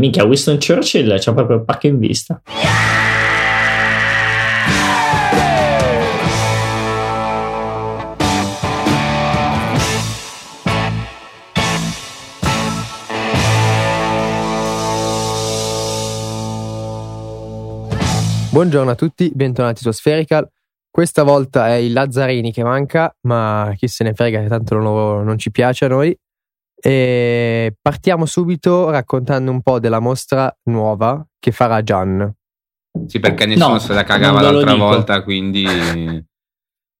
Minchia, Winston Churchill c'ha proprio il pacco in vista. Buongiorno a tutti, bentornati su Spherical. Questa volta è il Lazzarini che manca, ma chi se ne frega, che tanto non, lo- non ci piace a noi. E partiamo subito raccontando un po' della mostra nuova che farà Gian. Sì, perché nessuno Oh, No, se la cagava non ve lo l'altra dico. volta, quindi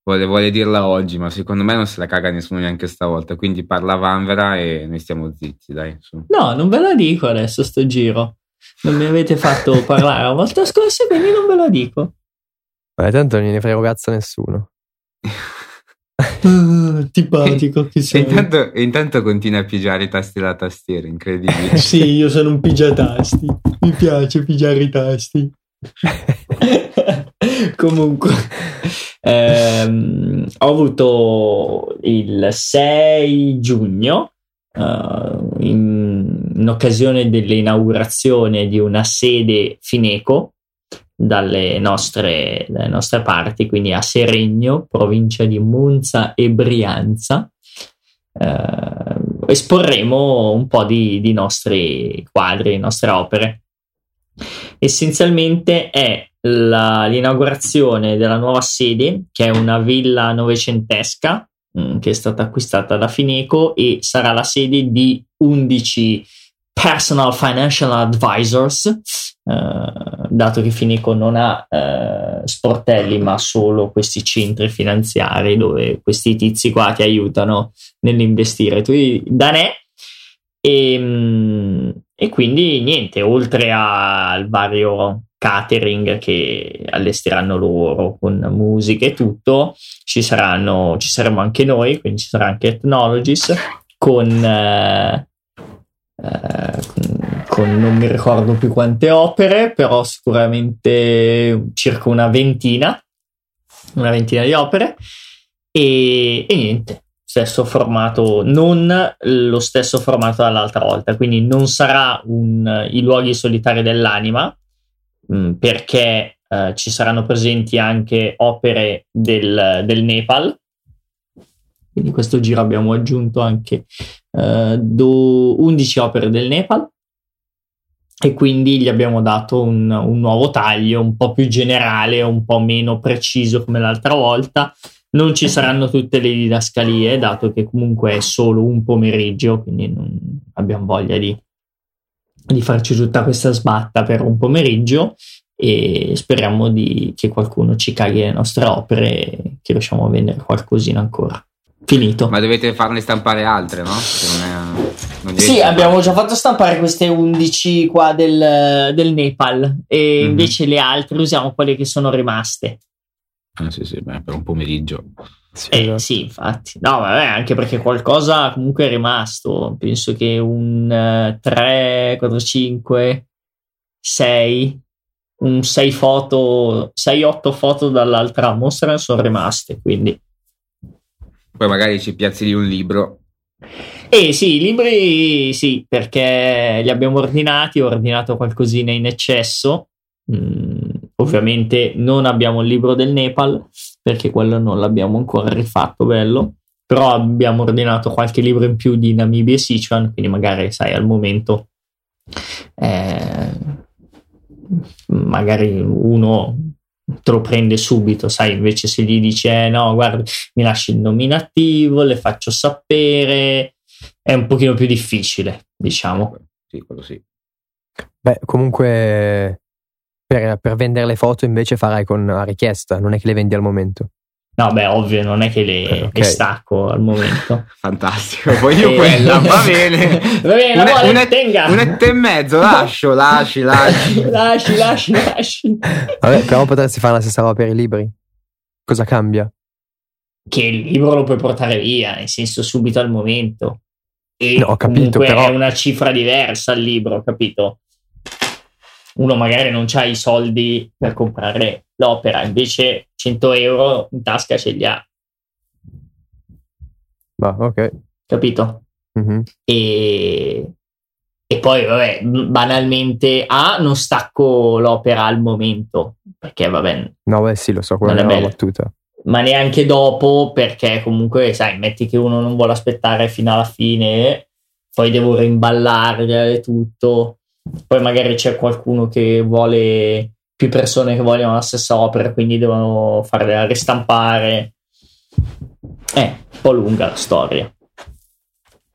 vuole, vuole dirla oggi, ma secondo me non se la caga nessuno neanche stavolta. Quindi parla Vanvera e noi stiamo zitti, dai. su. No, non ve la dico adesso sto giro. Non mi avete fatto parlare la volta scorsa, quindi non ve la dico. Ma Eh, tanto non gliene frega un cazzo a nessuno. Ah, Antipatico, chi E sei? intanto, e intanto continua a pigiare i tasti della tastiera, incredibile. Sì, io sono un pigiatasti. Mi piace pigiare i tasti. Comunque, ehm, ho avuto il 6 giugno, eh, in, in occasione dell'inaugurazione di una sede Fineco dalle nostre, dalle nostre parti, quindi a Seregno, provincia di Monza e Brianza. eh, esporremo un po' di, di nostri quadri, nostre opere. Essenzialmente è la- l'inaugurazione della nuova sede, che è una villa novecentesca mm, che è stata acquistata da Fineco e sarà la sede di 11 personal financial advisors, eh, dato che Fineco non ha eh, sportelli ma solo questi centri finanziari dove questi tizi qua ti aiutano nell'investire. Tu da ne e, mm, e quindi niente, oltre a- al vario catering che allestiranno loro con musica e tutto, ci, saranno, ci saremo anche noi, quindi ci sarà anche Ethnologist con, eh, eh, con- con non mi ricordo più quante opere, però sicuramente circa una ventina, una ventina di opere e, e niente, stesso formato, non lo stesso formato dall'altra volta, quindi non sarà un, i luoghi solitari dell'anima, mh, perché eh, ci saranno presenti anche opere del, del Nepal. Quindi questo giro abbiamo aggiunto anche eh, do- 11 opere del Nepal e quindi gli abbiamo dato un, un nuovo taglio un po' più generale, un po' meno preciso come l'altra volta. Non ci saranno tutte le didascalie, dato che comunque è solo un pomeriggio, quindi non abbiamo voglia di, di farci tutta questa sbatta per un pomeriggio e speriamo di- che qualcuno ci caghi le nostre opere e che riusciamo a vendere qualcosina ancora. Finito. Ma dovete farne stampare altre, no? Che non è- non Sì, riesce a- abbiamo già fatto stampare queste 11 qua del, del Nepal e Mhm. invece le altre usiamo quelle che sono rimaste. Ah, sì, sì, beh, per un pomeriggio. Sì, Eh, esatto. sì, infatti. No, vabbè, anche perché qualcosa comunque è rimasto. Penso che un eh, 3, 4, 5, 6, un 6 foto, 6, 8 foto dall'altra mostra sono rimaste, quindi... Poi magari ci piazzi lì un libro. Eh sì, i libri sì, perché li abbiamo ordinati, ho ordinato qualcosina in eccesso. Mm, ovviamente non abbiamo il libro del Nepal, perché quello non l'abbiamo ancora rifatto, bello. Però abbiamo ordinato qualche libro in più di Namibia e Sichuan, quindi magari, sai, al momento eh, magari uno te lo prende subito, sai, invece se gli dice "Eh, no, guarda, mi lasci il nominativo, le faccio sapere, è un pochino più difficile, diciamo. Sì, quello sì. Beh, comunque per, per vendere le foto invece farai con la richiesta, non è che le vendi al momento. No, beh, ovvio, non è che le, Eh, ok. le stacco al momento. Fantastico. Voglio Eh, quella, va bene. va bene, Una- amore, una- tenga. Un'etta e mezzo, lascio, lasci, lasci. lasci, lasci, lasci. Vabbè, però potresti fare la stessa roba per i libri. Cosa cambia? Che il libro lo puoi portare via, nel senso subito al momento. E No, ho capito, comunque però- è una cifra diversa il libro, capito? Uno magari non ha i soldi per comprare l'opera, invece 100 euro in tasca ce li ha, Ma ok. capito? Mhm. e, E poi, vabbè, m- banalmente, A, non stacco l'opera al momento, perché vabbè, No, beh, sì, lo so, quella Non è è una bella. battuta. ma neanche dopo, perché comunque, sai, metti che uno non vuole aspettare fino alla fine, poi devo rimballargliele tutto, poi magari c'è qualcuno che vuole, più persone che vogliono la stessa opera, quindi devono farla ristampare. È un po' lunga la storia.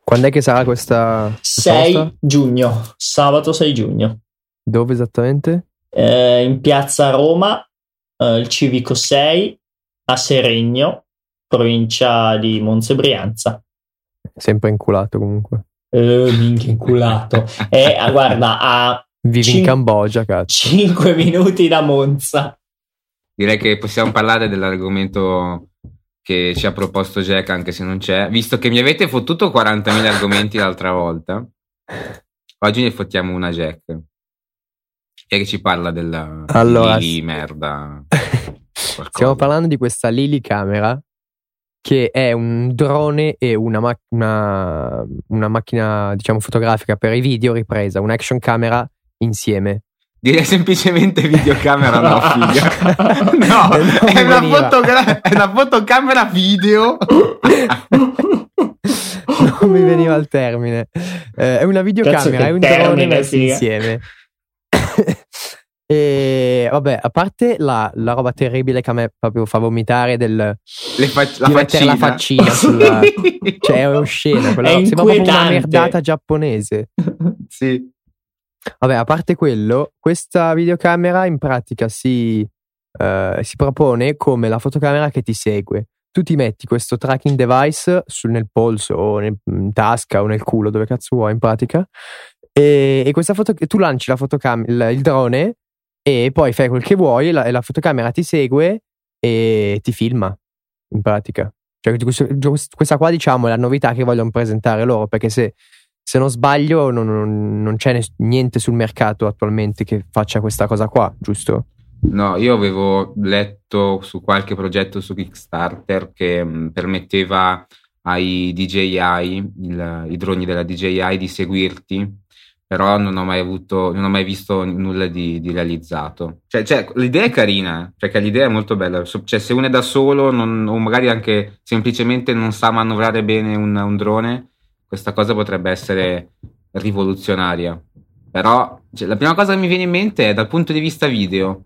Quando è che sarà questa? questa 6 mostra? giugno, sabato 6 giugno, Dove esattamente? eh, in piazza Roma, eh, il civico 6 a Seregno, provincia di Monza e Brianza. Sempre inculato comunque. Eh, minchia inculato. Eh, ah, guarda, a Vivi in Cin- Cambogia, cazzo. 5 minuti da Monza. Direi che possiamo parlare dell'argomento che ci ha proposto Jack, anche se non c'è, visto che mi avete fottuto 40.000 argomenti l'altra volta. Oggi ne fottiamo una Jack. E che ci parla della Allora, di sì. merda. Qualcosa. Stiamo parlando di questa Lily Camera, che è un drone e una, mac- una- una macchina, diciamo, fotografica per i video ripresa, un'action camera insieme. Direi semplicemente videocamera, no, figa. No, Non è una, veniva. fotogra- è una fotocamera video. non mi veniva il termine. Eh, è una Cazzo, che videocamera, è un drone termine, messi figa. insieme. e vabbè, a parte la, la roba terribile che a me proprio fa vomitare del Le fac- la di mettere faccina. la faccina sulla, cioè è oscena, quella È sembra proprio una inquietante. merdata giapponese. Sì. Vabbè, a parte quello, questa videocamera in pratica si, eh, si propone come la fotocamera che ti segue. Tu ti metti questo tracking device sul- nel polso o nel- in tasca o nel culo, dove cazzo vuoi in pratica, e, e questa foto, tu lanci la fotocamera, il drone e poi fai quel che vuoi e la, e la fotocamera ti segue e ti filma in pratica. Cioè, questo- questa qua diciamo è la novità che vogliono presentare loro perché se se non sbaglio, non, non- non c'è nes- niente sul mercato attualmente che faccia questa cosa qua, giusto? No, io avevo letto su qualche progetto su Kickstarter che mh, permetteva ai DJI, il- i droni della DJI, di seguirti, però non ho mai avuto, non ho mai visto nulla di, di realizzato. Cioè, cioè, l'idea è carina, cioè che l'idea è molto bella. So- Cioè, se uno è da solo, non- o magari anche semplicemente non sa manovrare bene un, un drone, questa cosa potrebbe essere rivoluzionaria. Però cioè, la prima cosa che mi viene in mente è dal punto di vista video.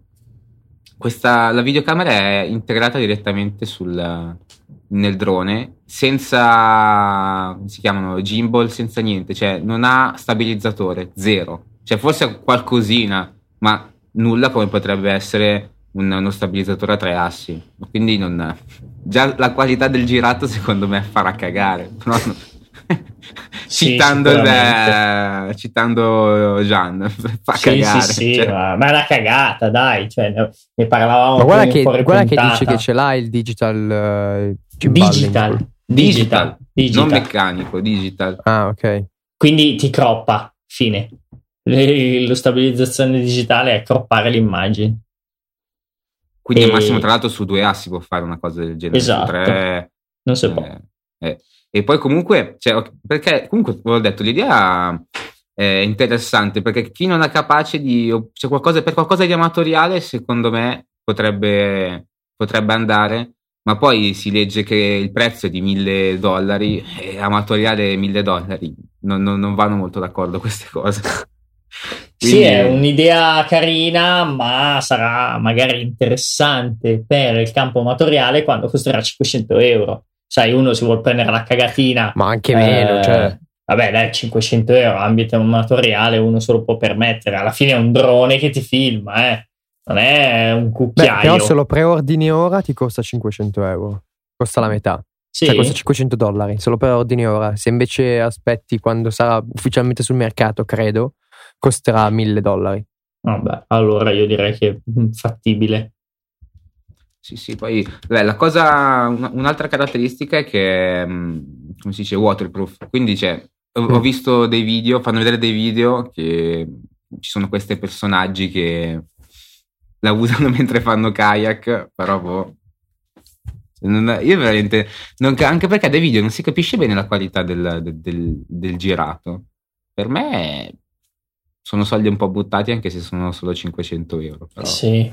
Questa, la videocamera è integrata direttamente sul, nel drone, senza come si chiamano gimbal, senza niente, cioè non ha stabilizzatore, zero. Cioè forse ha qualcosina, ma nulla come potrebbe essere un- uno stabilizzatore a tre assi. Quindi non, già la qualità del girato secondo me farà cagare. Però no. Sì, citando, il- sicuramente. citando Gian, fa Sì, cagare. sì, sì, cioè. ma, ma è una cagata, dai. Cioè, ne, ne parlavamo Ma guarda pure che, fuori guarda che puntata. dice che ce l'ha il digital. eh, gimbal in digital, culo. digital, digital. non meccanico, digital. Ah, ok. Quindi ti croppa, fine. Eh, Lo stabilizzazione digitale è croppare l'immagine. Quindi al E- massimo, tra l'altro, su due assi può fare una cosa del genere. su Esatto. tre, Non so boh. può. eh, eh. E poi comunque, cioè, ok, perché comunque ve l'ho detto, l'idea eh, è interessante perché chi non è capace di, o- cioè qualcosa, per qualcosa di amatoriale, secondo me potrebbe, potrebbe andare, ma poi si legge che il prezzo è di 1000 dollari e amatoriale 1000 dollari, non, non- non vanno molto d'accordo queste cose. Sì, Quindi- è un'idea carina, ma sarà magari interessante per il campo amatoriale quando costerà 500 euro. Sai, uno si vuol prendere la cagatina. Ma anche meno, eh, cioè. Vabbè, dai, 500 euro, ambito amatoriale, uno se lo può permettere. Alla fine è un drone che ti filma, eh. Non è un Beh, cucchiaio. però se lo preordini ora ti costa 500 euro. Costa la metà, Sì. cioè costa 500 dollari. Se lo preordini ora, se invece aspetti quando sarà ufficialmente sul mercato, credo, costerà 1000 dollari. Vabbè, allora io direi che è fattibile. Sì, sì, poi beh, la cosa, un- un'altra caratteristica è che, mh, come si dice, waterproof. Quindi cioè, ho, ho Mm. visto dei video, fanno vedere dei video che ci sono questi personaggi che la usano mentre fanno kayak, però boh. Non- io veramente, non ca- anche perché dai video non si capisce bene la qualità del, del- del- del girato. Per me sono soldi un po' buttati anche se sono solo 500 euro. Però. Sì.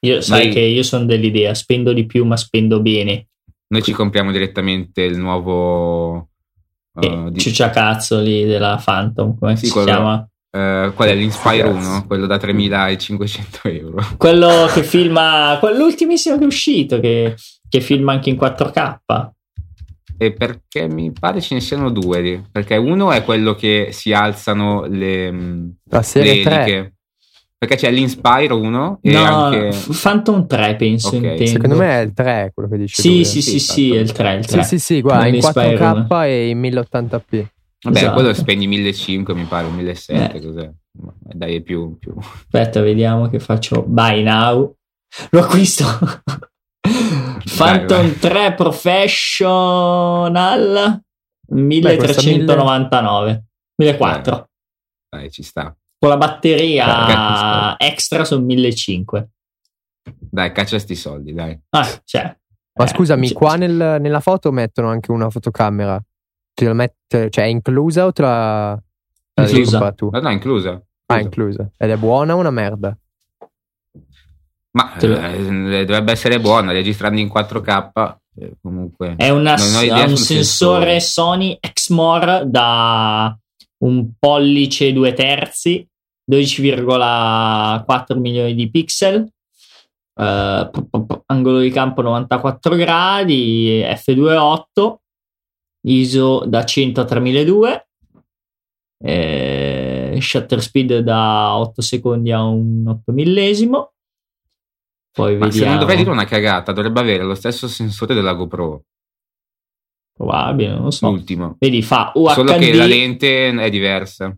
Io, sai Noi- che io sono dell'idea, spendo di più ma spendo bene. Noi ci compriamo direttamente il nuovo... eh, Eh, di- Ciucciacazzo lì della Phantom, come Sì, si quello- chiama? eh, qual è l'Inspire Grazie. 1? Quello da 3500 euro. Quello che filma, quell'ultimissimo che è uscito, che, che filma anche in 4K. E perché mi pare ce ne siano due. lì. Perché uno è quello che si alzano le, mh, La le serie 3. eliche. Perché c'è l'Inspire 1 e no, anche... F- Phantom 3 penso Ok, intendo. Secondo me è il 3 quello che dice. Sì, lui. sì, sì, Sì, sì, è il 3, il 3. sì, sì, sì, guarda, in Non Inspire 4K e in 1080p. Vabbè, esatto. quello spendi 1500 mi pare, 1700 Eh. cos'è? Ma Dai, è più, più. Aspetta, vediamo che faccio. Buy now. Lo acquisto. Phantom vai. 3 Professional 1399. 1400. Dai, ci sta. Con la Cacchio, batteria extra sono 1500. Dai, caccia sti soldi, dai. Ah, cioè, Ma eh, scusami, cioè, qua nel- nella foto mettono anche una fotocamera. Te lo mette- cioè è inclusa o te la, te la devi Inclusa. comprare tu? No, no, inclusa. Ah, inclusa. Ed è buona o una merda? Ma Te lo- eh, dovrebbe essere buona, registrando in 4K. eh, comunque. È, una- Non ho idea ha un sul sensore sensore. Sony Exmor da un pollice e due terzi, 12,4 milioni di pixel, eh, p- p- p- angolo di campo 94 gradi, f2.8, ISO da 100 a 3002, eh, shutter speed da 8 secondi a un 8 millesimo. Poi Ma se vediamo. non dovrei dire una cagata, dovrebbe avere lo stesso sensore della GoPro, Probabile, non lo so. l'ultimo. Vedi, fa UHD, Mm. Solo che la lente è diversa.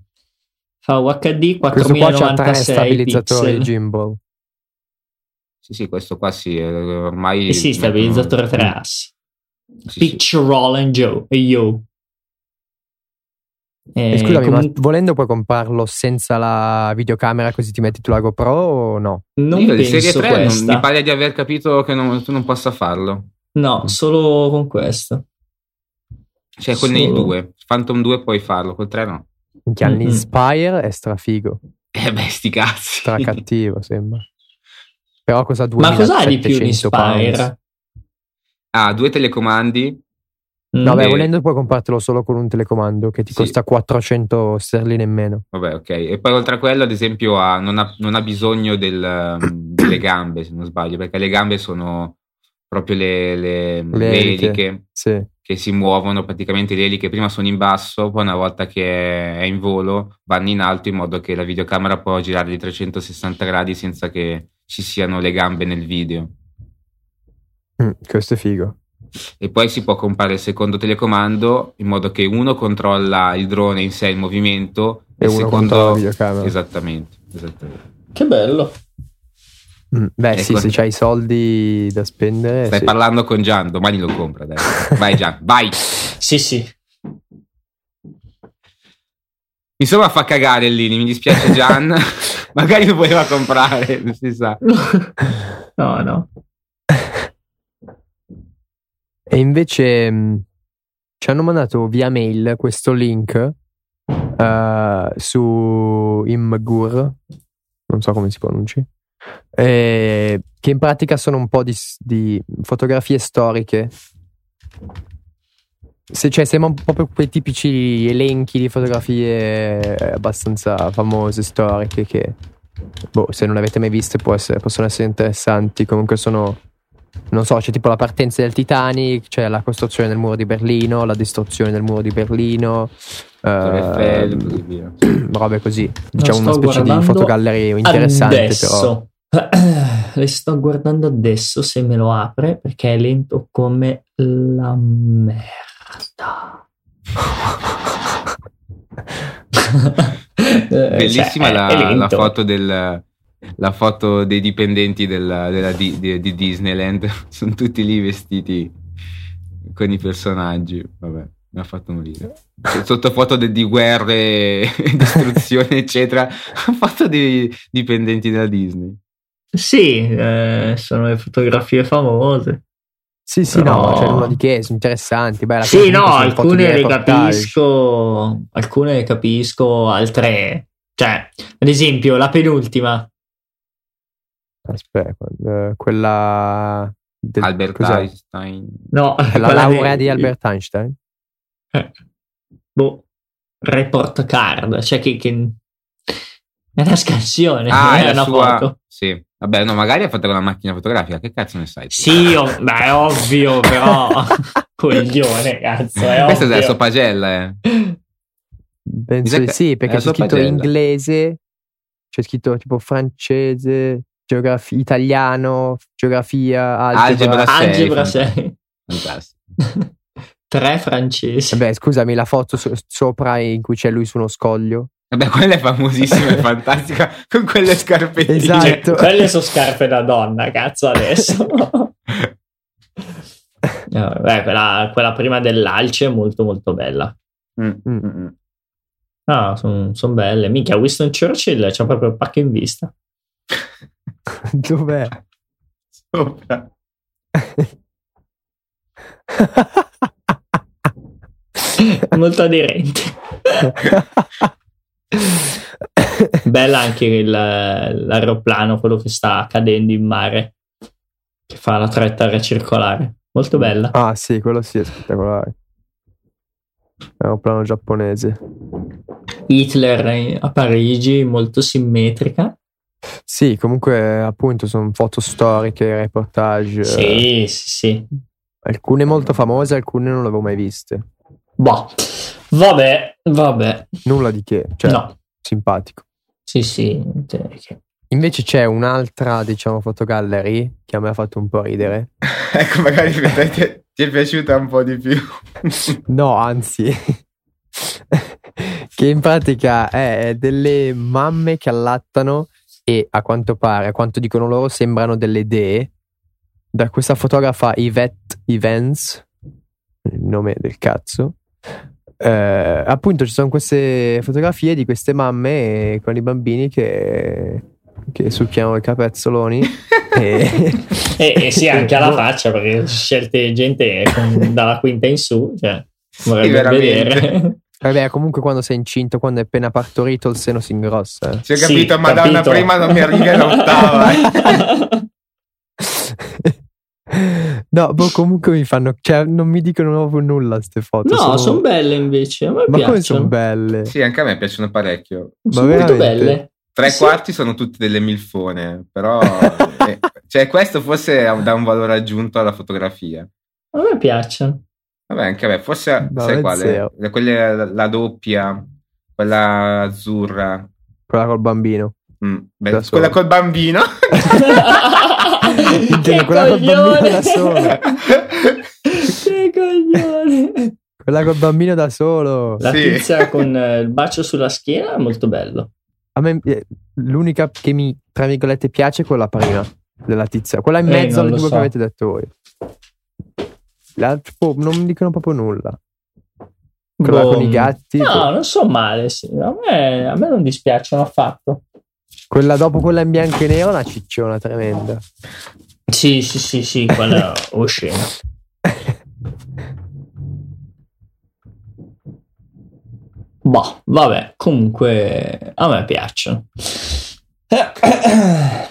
fa UHD Questo qua c'ha tre 4096 stabilizzatori pixel. gimbal. Sì, sì, questo qua sì, eh, ormai... Mm. Eh sì, Mm. stabilizzatore tre assi. Sì, sì. Picture roll and Joe. E yo. E Eh, scusami, comun- ma volendo puoi comprarlo senza la videocamera così ti metti tu la GoPro o no? non Io di serie penso 3 non- questa. mi pare di aver capito che non- tu non possa farlo. No, solo con questo. Cioè, con nei Solo- due. Phantom 2 puoi farlo, col 3 no. Minchia, Mm-mm. l'Inspire è strafigo, Eh beh, sti cazzi. stracattivo sembra. Però cosa Ma cos'ha di più 2700 pounds? l'Inspire? Ah, due telecomandi. Mm. No, beh, Eh. volendo puoi compartirlo solo con un telecomando che ti Sì. costa 400 sterline in meno. Vabbè, ok. E poi oltre a quello, ad esempio, ha- non, ha, non ha bisogno del, ehm, delle gambe, se non sbaglio, perché le gambe sono proprio le, le- le eliche. eliche Sì. che si muovono, praticamente le eliche prima sono in basso, poi una volta che è in volo vanno in alto in modo che la videocamera può girare di 360 gradi senza che ci siano le gambe nel video. Mm, questo è figo. e poi si può comprare il secondo telecomando in modo che uno controlla il drone in sé, il movimento E il uno secondo controlla la videocamera. esattamente, esattamente. Che bello. Mm, Beh, Ecco. sì, se c'hai i soldi da Eh spendere. Stai sì. parlando con Gian, domani lo compra, dai. Vai Gian, vai. Sì, sì. Insomma fa cagare Lini, mi dispiace Gian. Magari lo voleva comprare, non si sa. Eh, no, no. E invece mh, ci hanno mandato via mail questo link eh, su Imgur, non so come si pronunci, eh, che in pratica sono un po' di, s- di fotografie storiche. Se, cioè, sembra un po' proprio quei tipici elenchi di fotografie eh, abbastanza famose, storiche, che boh, se non le avete mai viste può essere- possono essere interessanti. Comunque sono non so, c'è tipo la partenza del Titanic, c'è la costruzione del muro di Berlino, la distruzione del muro di Berlino, Torre Eiffel, e così ehm, via. robe così. Non Diciamo una sto specie di guardando fotogalleria interessante, però. adesso. Le sto guardando adesso se me lo apre perché è lento come la merda. Eh, Bellissima cioè, la, è- è la lento. foto del la foto dei dipendenti della, della di, di- di Disneyland sono tutti lì vestiti con i personaggi vabbè mi ha fatto morire sotto foto de- di guerre distruzione eccetera ha fatto dei dipendenti della Disney Sì, eh, sono le fotografie famose. Sì, sì, Però- no, cioè nulla di che, sono interessanti. Beh, alla Sì, fine no, sono foto di alcune le reportage. capisco, alcune le capisco, altre. Cioè, ad esempio, la penultima. Aspetta, eh, quella del, Albert cos'è? Einstein. No, La quella laurea de- di Albert Einstein. Eh, boh, report card, cioè che, che- è una scansione, Ah, non è è la una sua. foto. Sì. Vabbè, no, magari ha fatto con la macchina fotografica. Che cazzo ne sai? tu? Eh. Sì, ov- beh, è ovvio, Oh, però. Coglione, cazzo, è Questa cioè, è la ovvio. sua pagella, eh. Penso Mi sa di che sì, è perché la c'è sua scritto pagella. inglese, c'è scritto tipo francese, geograf- italiano, geografia, algebra. Algebra. sei, Algebra fan- 6. Fantastico. Tre francesi. Beh, scusami, la foto so- sopra in cui c'è lui su uno scoglio. Vabbè, quella è famosissima e fantastica con quelle scarpettine. Cioè, esatto. quelle sono scarpe da donna, cazzo, adesso. No, beh, quella, quella prima dell'alce è molto molto bella. Mm, mm, mm. Ah, sono belle. Minchia, Winston Churchill c'ha proprio il pacco in vista. Dov'è? Sopra. Molto aderente. Bella anche il- l'aeroplano, quello che sta cadendo in mare, che fa la tratta circolare. Mm. Molto bella. ah, sì, quello sì è spettacolare. È un plano giapponese. Hitler in- a Parigi, molto simmetrica. Sì, comunque, appunto, sono foto storiche, reportage. Sì, eh, sì, sì. Alcune molto famose, alcune non le avevo mai viste. Boh. Vabbè, vabbè. Nulla di che, cioè, No. simpatico. Sì, sì. te- che- Invece c'è un'altra, diciamo, fotogallery che a me ha fatto un po' ridere. Ecco, magari vedrai, ti, ti è piaciuta un po' di più. No, anzi, che in pratica è delle mamme che allattano e a quanto pare, a quanto dicono loro, sembrano delle dee. Da questa fotografa Yvette Evans, il nome del cazzo. eh, appunto, ci sono queste fotografie di queste mamme con i bambini che, che succhiano i capezzoloni. Eh. e, E, e sì, anche alla Boh. faccia, perché scelte gente con- dalla quinta in su, cioè, Sì, vorrebbe veramente. vedere. Vabbè, comunque quando sei incinto, quando è appena partorito, il seno si ingrossa. eh. Se ho Sì, capito, Madonna, capito. prima non mi arriva l'ottava. eh. No, boh, comunque mi fanno. Cioè, non mi dicono proprio nulla ste foto. No, sono... belle invece, a me Ma come sono piacciono. belle? Sì, anche a me piacciono parecchio. Sono Ma molto veramente? belle. Ah, Tre Sì. quarti sono tutte delle milfone, però... eh, cioè, questo forse dà un valore aggiunto alla fotografia. A me piacciono. Vabbè, anche a me, forse... No, sai è quale? zero. La- quelle- la, la doppia, quella azzurra. Quella col bambino. Mm, beh, Da solo. quella col bambino. che Quella col bambino coglione! da solo. che coglione! Quella col bambino da solo. La Sì. tizia con eh, il bacio sulla schiena è molto bello. A me, eh, l'unica che mi, tra virgolette, piace è quella prima della tizia. Quella in Eh, mezzo non alle lo due so. che avete detto voi. L'altro, boh, non mi dicono proprio nulla. Quella Boh. con i gatti. No, non so male, sì. a, me, a me non dispiacciono affatto. Quella dopo quella in bianco e nero è una cicciona tremenda. Sì, sì, sì, sì, quella è oscena. Boh, vabbè, comunque a me piacciono. Eh,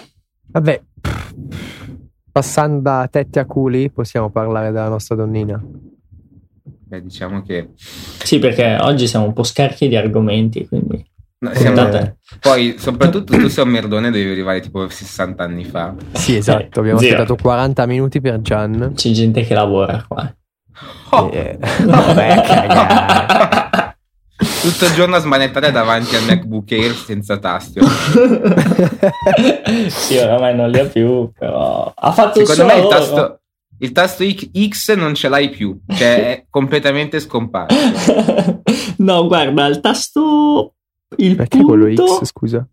Vabbè, passando da tette a culi, possiamo parlare della nostra donnina. Beh, diciamo che... Sì, perché oggi siamo un po' scarichi di argomenti, quindi... no, siamo- Eh. Puntate. Poi, soprattutto, tu sei un merdone devi arrivare tipo 60 anni fa. Sì, esatto. Abbiamo Zero. aspettato 40 minuti per Gian. C'è gente che lavora qua. Oh, E- Eh. Vabbè, cagare. Tutto il giorno a smanettare davanti al MacBook Air senza tasto. sì, oramai non li ha più, però... Ha fatto Secondo il suo me il lavoro. tasto, il tasto I- X non ce l'hai più, cioè è completamente scomparso. no, guarda, il tasto... Il Perché punto... quello X, scusa?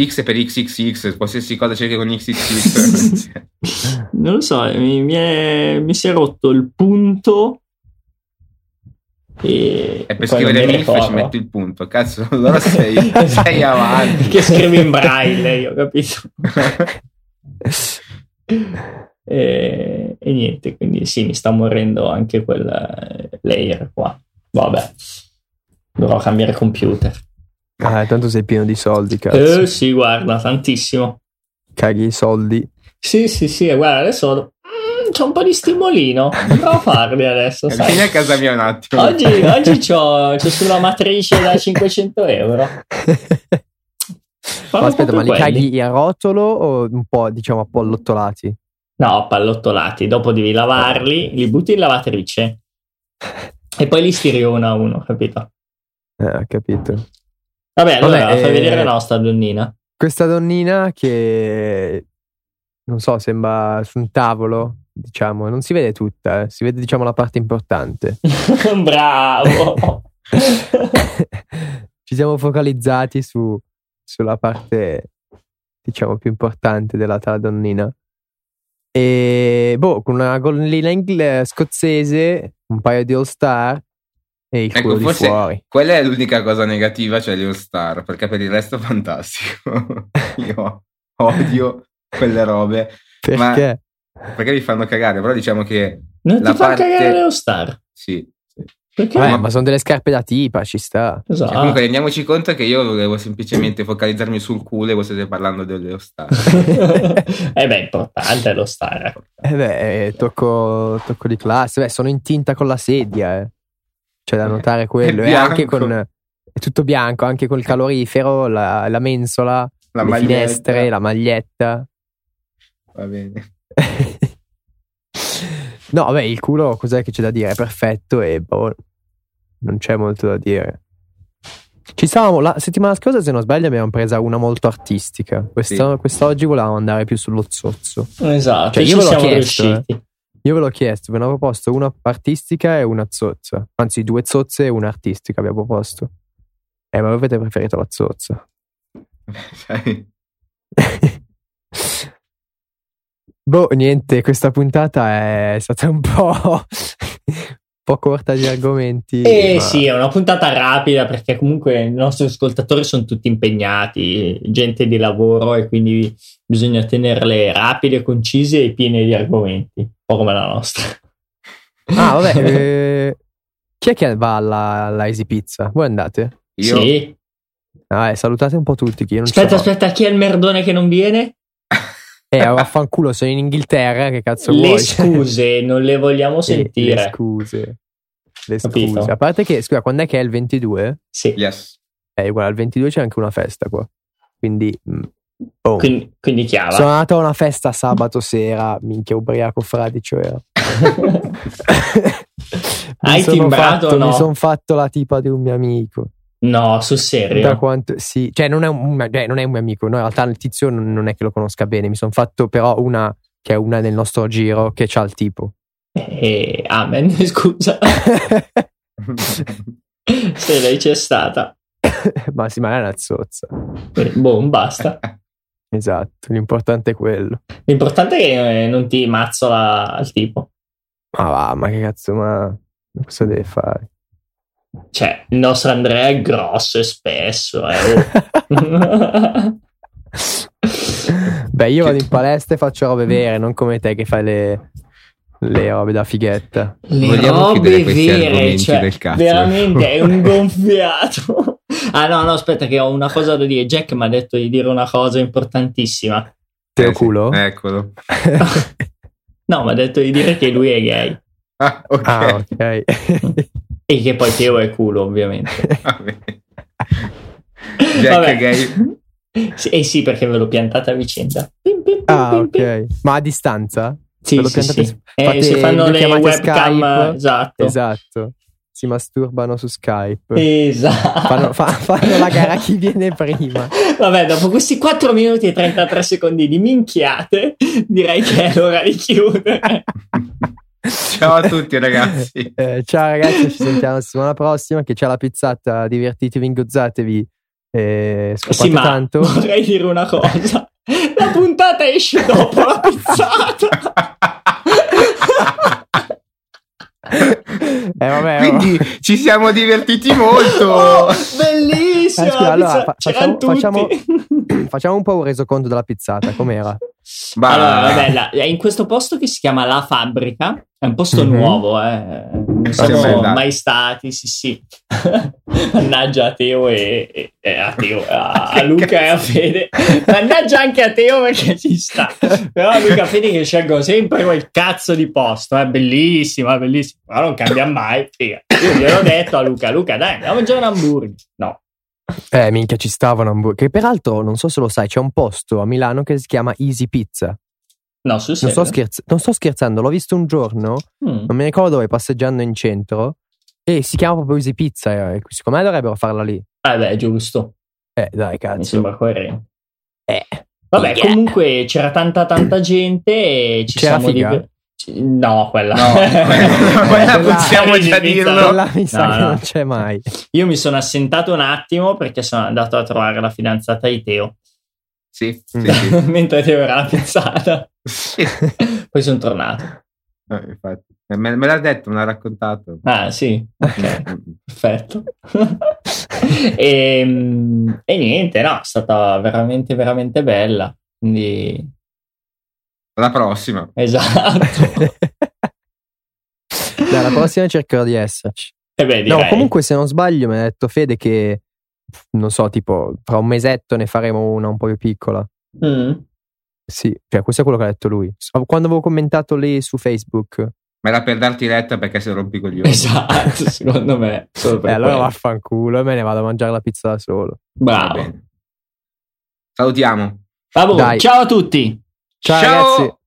X è per XXX, qualsiasi cosa cerchi con XXX. Non lo so, mi, mi è- mi si è rotto il punto. E è per scrivere MILF ci metti il punto. Cazzo, allora sei, Esatto. sei avanti. Che scrivi in braille, io ho capito. E, e niente, quindi sì, mi sta morendo anche quel eh, layer qua. Vabbè, dovrò cambiare computer. Ah, tanto sei pieno di soldi, cazzo. Eh sì, guarda, tantissimo. Caghi i soldi. Sì, sì, sì, guarda, adesso mm, c'ho un po' di stimolino. Provo a farli adesso, sai. Vieni a casa mia un attimo. Oggi, oggi c'ho, c'ho sulla matrice da 500 euro. Farò Ma aspetta, ma proprio li quelli. caghi a rotolo o un po', diciamo, appollottolati? No, pallottolati. Dopo devi lavarli, li butti in lavatrice e poi li stiri uno a uno, capito? Eh, ho capito. Vabbè, allora Vabbè, fai eh, vedere la nostra donnina. Questa donnina che, non so, sembra su un tavolo, diciamo, non si vede tutta, eh, si vede, diciamo, la parte importante. Bravo! Ci siamo focalizzati su, sulla parte, diciamo, più importante della tala donnina. E, boh, con una gonnellina ingle- scozzese, un paio di all-star e il Ecco, culo di forse- fuori. Quella è l'unica cosa negativa, cioè gli All-Star, perché per il resto è fantastico. Io odio quelle robe ma- Perché? perché mi fanno cagare, però diciamo che Non La ti fa parte- cagare Leo Star. sì. sì. Perché? Vabbè, ma- ma sono delle scarpe da tipa, ci sta. Esatto. Cioè, comunque rendiamoci conto che io volevo semplicemente focalizzarmi sul culo e voi state parlando delle All-Star. eh beh, è importante lo star. Eh beh, eh, tocco, tocco di classe. Beh, sono in tinta con la sedia, eh. C'è da notare quello. E bianco. anche con... È tutto bianco, anche col calorifero, la, la mensola, La le maglietta. finestre, la maglietta. Va bene. no, vabbè, il culo cos'è che c'è da dire? È perfetto e boh, non c'è molto da dire. Ci stavamo, la settimana scorsa, se non sbaglio, abbiamo presa una molto artistica. Questa- Quest'oggi volevamo andare più sullo zozzo. Esatto, Cioè, ci io ve l'ho siamo chiesto, eh. riusciti. Io ve l'ho chiesto, ve ne avevo proposto una artistica e una zozza. Anzi, due zozze e una artistica abbiamo proposto. Eh, ma voi avete preferito la zozza. Sai, boh, niente, questa puntata è stata un po'... un po' corta di argomenti. Eh ma- sì, è una puntata rapida perché comunque i nostri ascoltatori sono tutti impegnati, gente di lavoro e quindi bisogna tenerle rapide, concise e piene di argomenti, un po' come la nostra. Ah, vabbè. eh, chi è che va alla, alla Easy Pizza? Voi andate? Io Sì. Ah, eh, salutate un po' tutti. Che io non ci Aspetta, sono. aspetta, chi è il merdone che non viene? Eh, vaffanculo, sono in Inghilterra, che cazzo le vuoi? scuse non le vogliamo Sì, sentire. Le scuse. Le Capito. scuse. A parte che, scusa, quando è che è il 22? Sì. yes. Eh, guarda, il 22 c'è anche una festa qua. Quindi, mm, boh. Quindi, quindi chiava. Sono andato a una festa sabato sera, minchia ubriaco cioè. fradicio era. Mi Hai sono timbrato o fatto- no? Mi sono fatto la tipa di un mio amico. no, sul Da serio. quanto, sì, cioè non è un, cioè, non è un mio amico, no, in realtà il tizio non, non è che lo conosca bene, mi sono fatto però una che è una nel nostro giro che c'ha il tipo. Eh, amen, scusa. Se lei c'è stata. ma sì, ma è una zozza. Eh, Boh, basta. Esatto, l'importante è quello. L'importante è che eh, non ti mazzola al tipo. Ma va, ma che cazzo, ma cosa deve fare? Cioè, il nostro Andrea è grosso e spesso. Eh. oh. Beh, io vado in palestra e faccio robe vere, non come te che fai le, le robe da fighetta. Le Vogliamo robe chiudere questi vere, argomenti cioè, del cazzo. veramente è un gonfiato. ah no, no, aspetta che ho una cosa da dire. Jack mi ha detto di dire una cosa importantissima. Te lo Eh, sì, culo? Eccolo. No, mi ha detto di dire che lui è gay. Ah, ok. ah, ok. E che poi Teo è culo, ovviamente. Va bene. Jack Vabbè. è gay. Sì, eh sì, perché ve l'ho piantata a vicenda. Pim, pim, pim, ah, pim, pim. ok. Ma a distanza? Sì, Ve lo sì, piantate- sì. Eh, fate si fanno due le chiamate webcam, Skype. esatto. Esatto. Si masturbano su Skype. Esatto. Fanno, fa- fanno la gara a chi viene prima. Vabbè, dopo questi 4 minuti e 33 secondi di minchiate, direi che è l'ora di chiudere. Ciao a tutti, ragazzi. Eh, ciao ragazzi, ci sentiamo la settimana prossima. Che c'è la pizzata, divertitevi, ingozzatevi. Eh, scopate sì, ma tanto. vorrei dire una cosa. La puntata esce dopo la pizzata. Eh, vabbè, oh. Quindi ci siamo divertiti molto. Oh, bellissima! Eh, scusa, la allora, pizza- fa- C'erano facciamo- tutti. facciamo- facciamo un po' un resoconto della pizzata. Com'era? Bah. Allora, vabbè, la- è in questo posto che si chiama La Fabbrica, è un posto Mhm. nuovo, eh. non Siamo siamo andati. mai stati, sì sì. Mannaggia a Teo e, e- e a Teo, a, a Luca e a Fede. Mannaggia anche a Teo perché ci sta. Però a Luca e a Fede che scelgono sempre quel cazzo di posto, è bellissimo, è bellissimo, ma non cambia mai. figa. Io gliel'ho detto a Luca, Luca dai, andiamo a mangiare un hamburger. No, Eh, minchia, ci stavano hamburger. Che peraltro, non so se lo sai, c'è un posto a Milano che si chiama Easy Pizza. no, sul Non serio. sto, scherz- non sto scherzando, l'ho visto un giorno, Mm. non mi ricordo dove, passeggiando in centro, e si chiama proprio Easy Pizza. eh, Secondo me dovrebbero farla lì. Eh beh, giusto, Eh, dai, mi cazzo. sembra coerente. Eh. Vabbè, Yeah. comunque c'era tanta tanta gente e ci C'era siamo figa? diver- ci- No, quella. No, quella- quella Quella- possiamo già Easy Pizza. dirlo. Quella mi sa No, che no. non c'è mai. Io mi sono assentato un attimo perché sono andato a trovare la fidanzata di Teo, Sì, Mm. sì, sì. mentre Teo era la pizzata. Sì. Poi sono tornato. Eh, infatti. Eh, Me, me l'ha detto, me l'ha raccontato. Ah, sì, ok, Mm. perfetto. e, mm, e niente, no, è stata veramente veramente bella. Quindi, Alla prossima. esatto. Dai, la prossima cercherò di esserci. E beh, direi. No, comunque, se non sbaglio, mi ha detto Fede che, non so, tipo, fra un mesetto ne faremo una un po' più piccola. Mm. Sì, cioè, questo è quello che ha detto lui. Quando avevo commentato lì su Facebook, eh, Ma era per darti retta perché se rompi coglioni. Esatto, secondo me. solo per Eh, allora quello. vaffanculo, e me ne vado a mangiare la pizza da solo. Va Bravo. bene. Salutiamo. Vabbè, Dai. ciao a tutti. Ciao, ragazzi.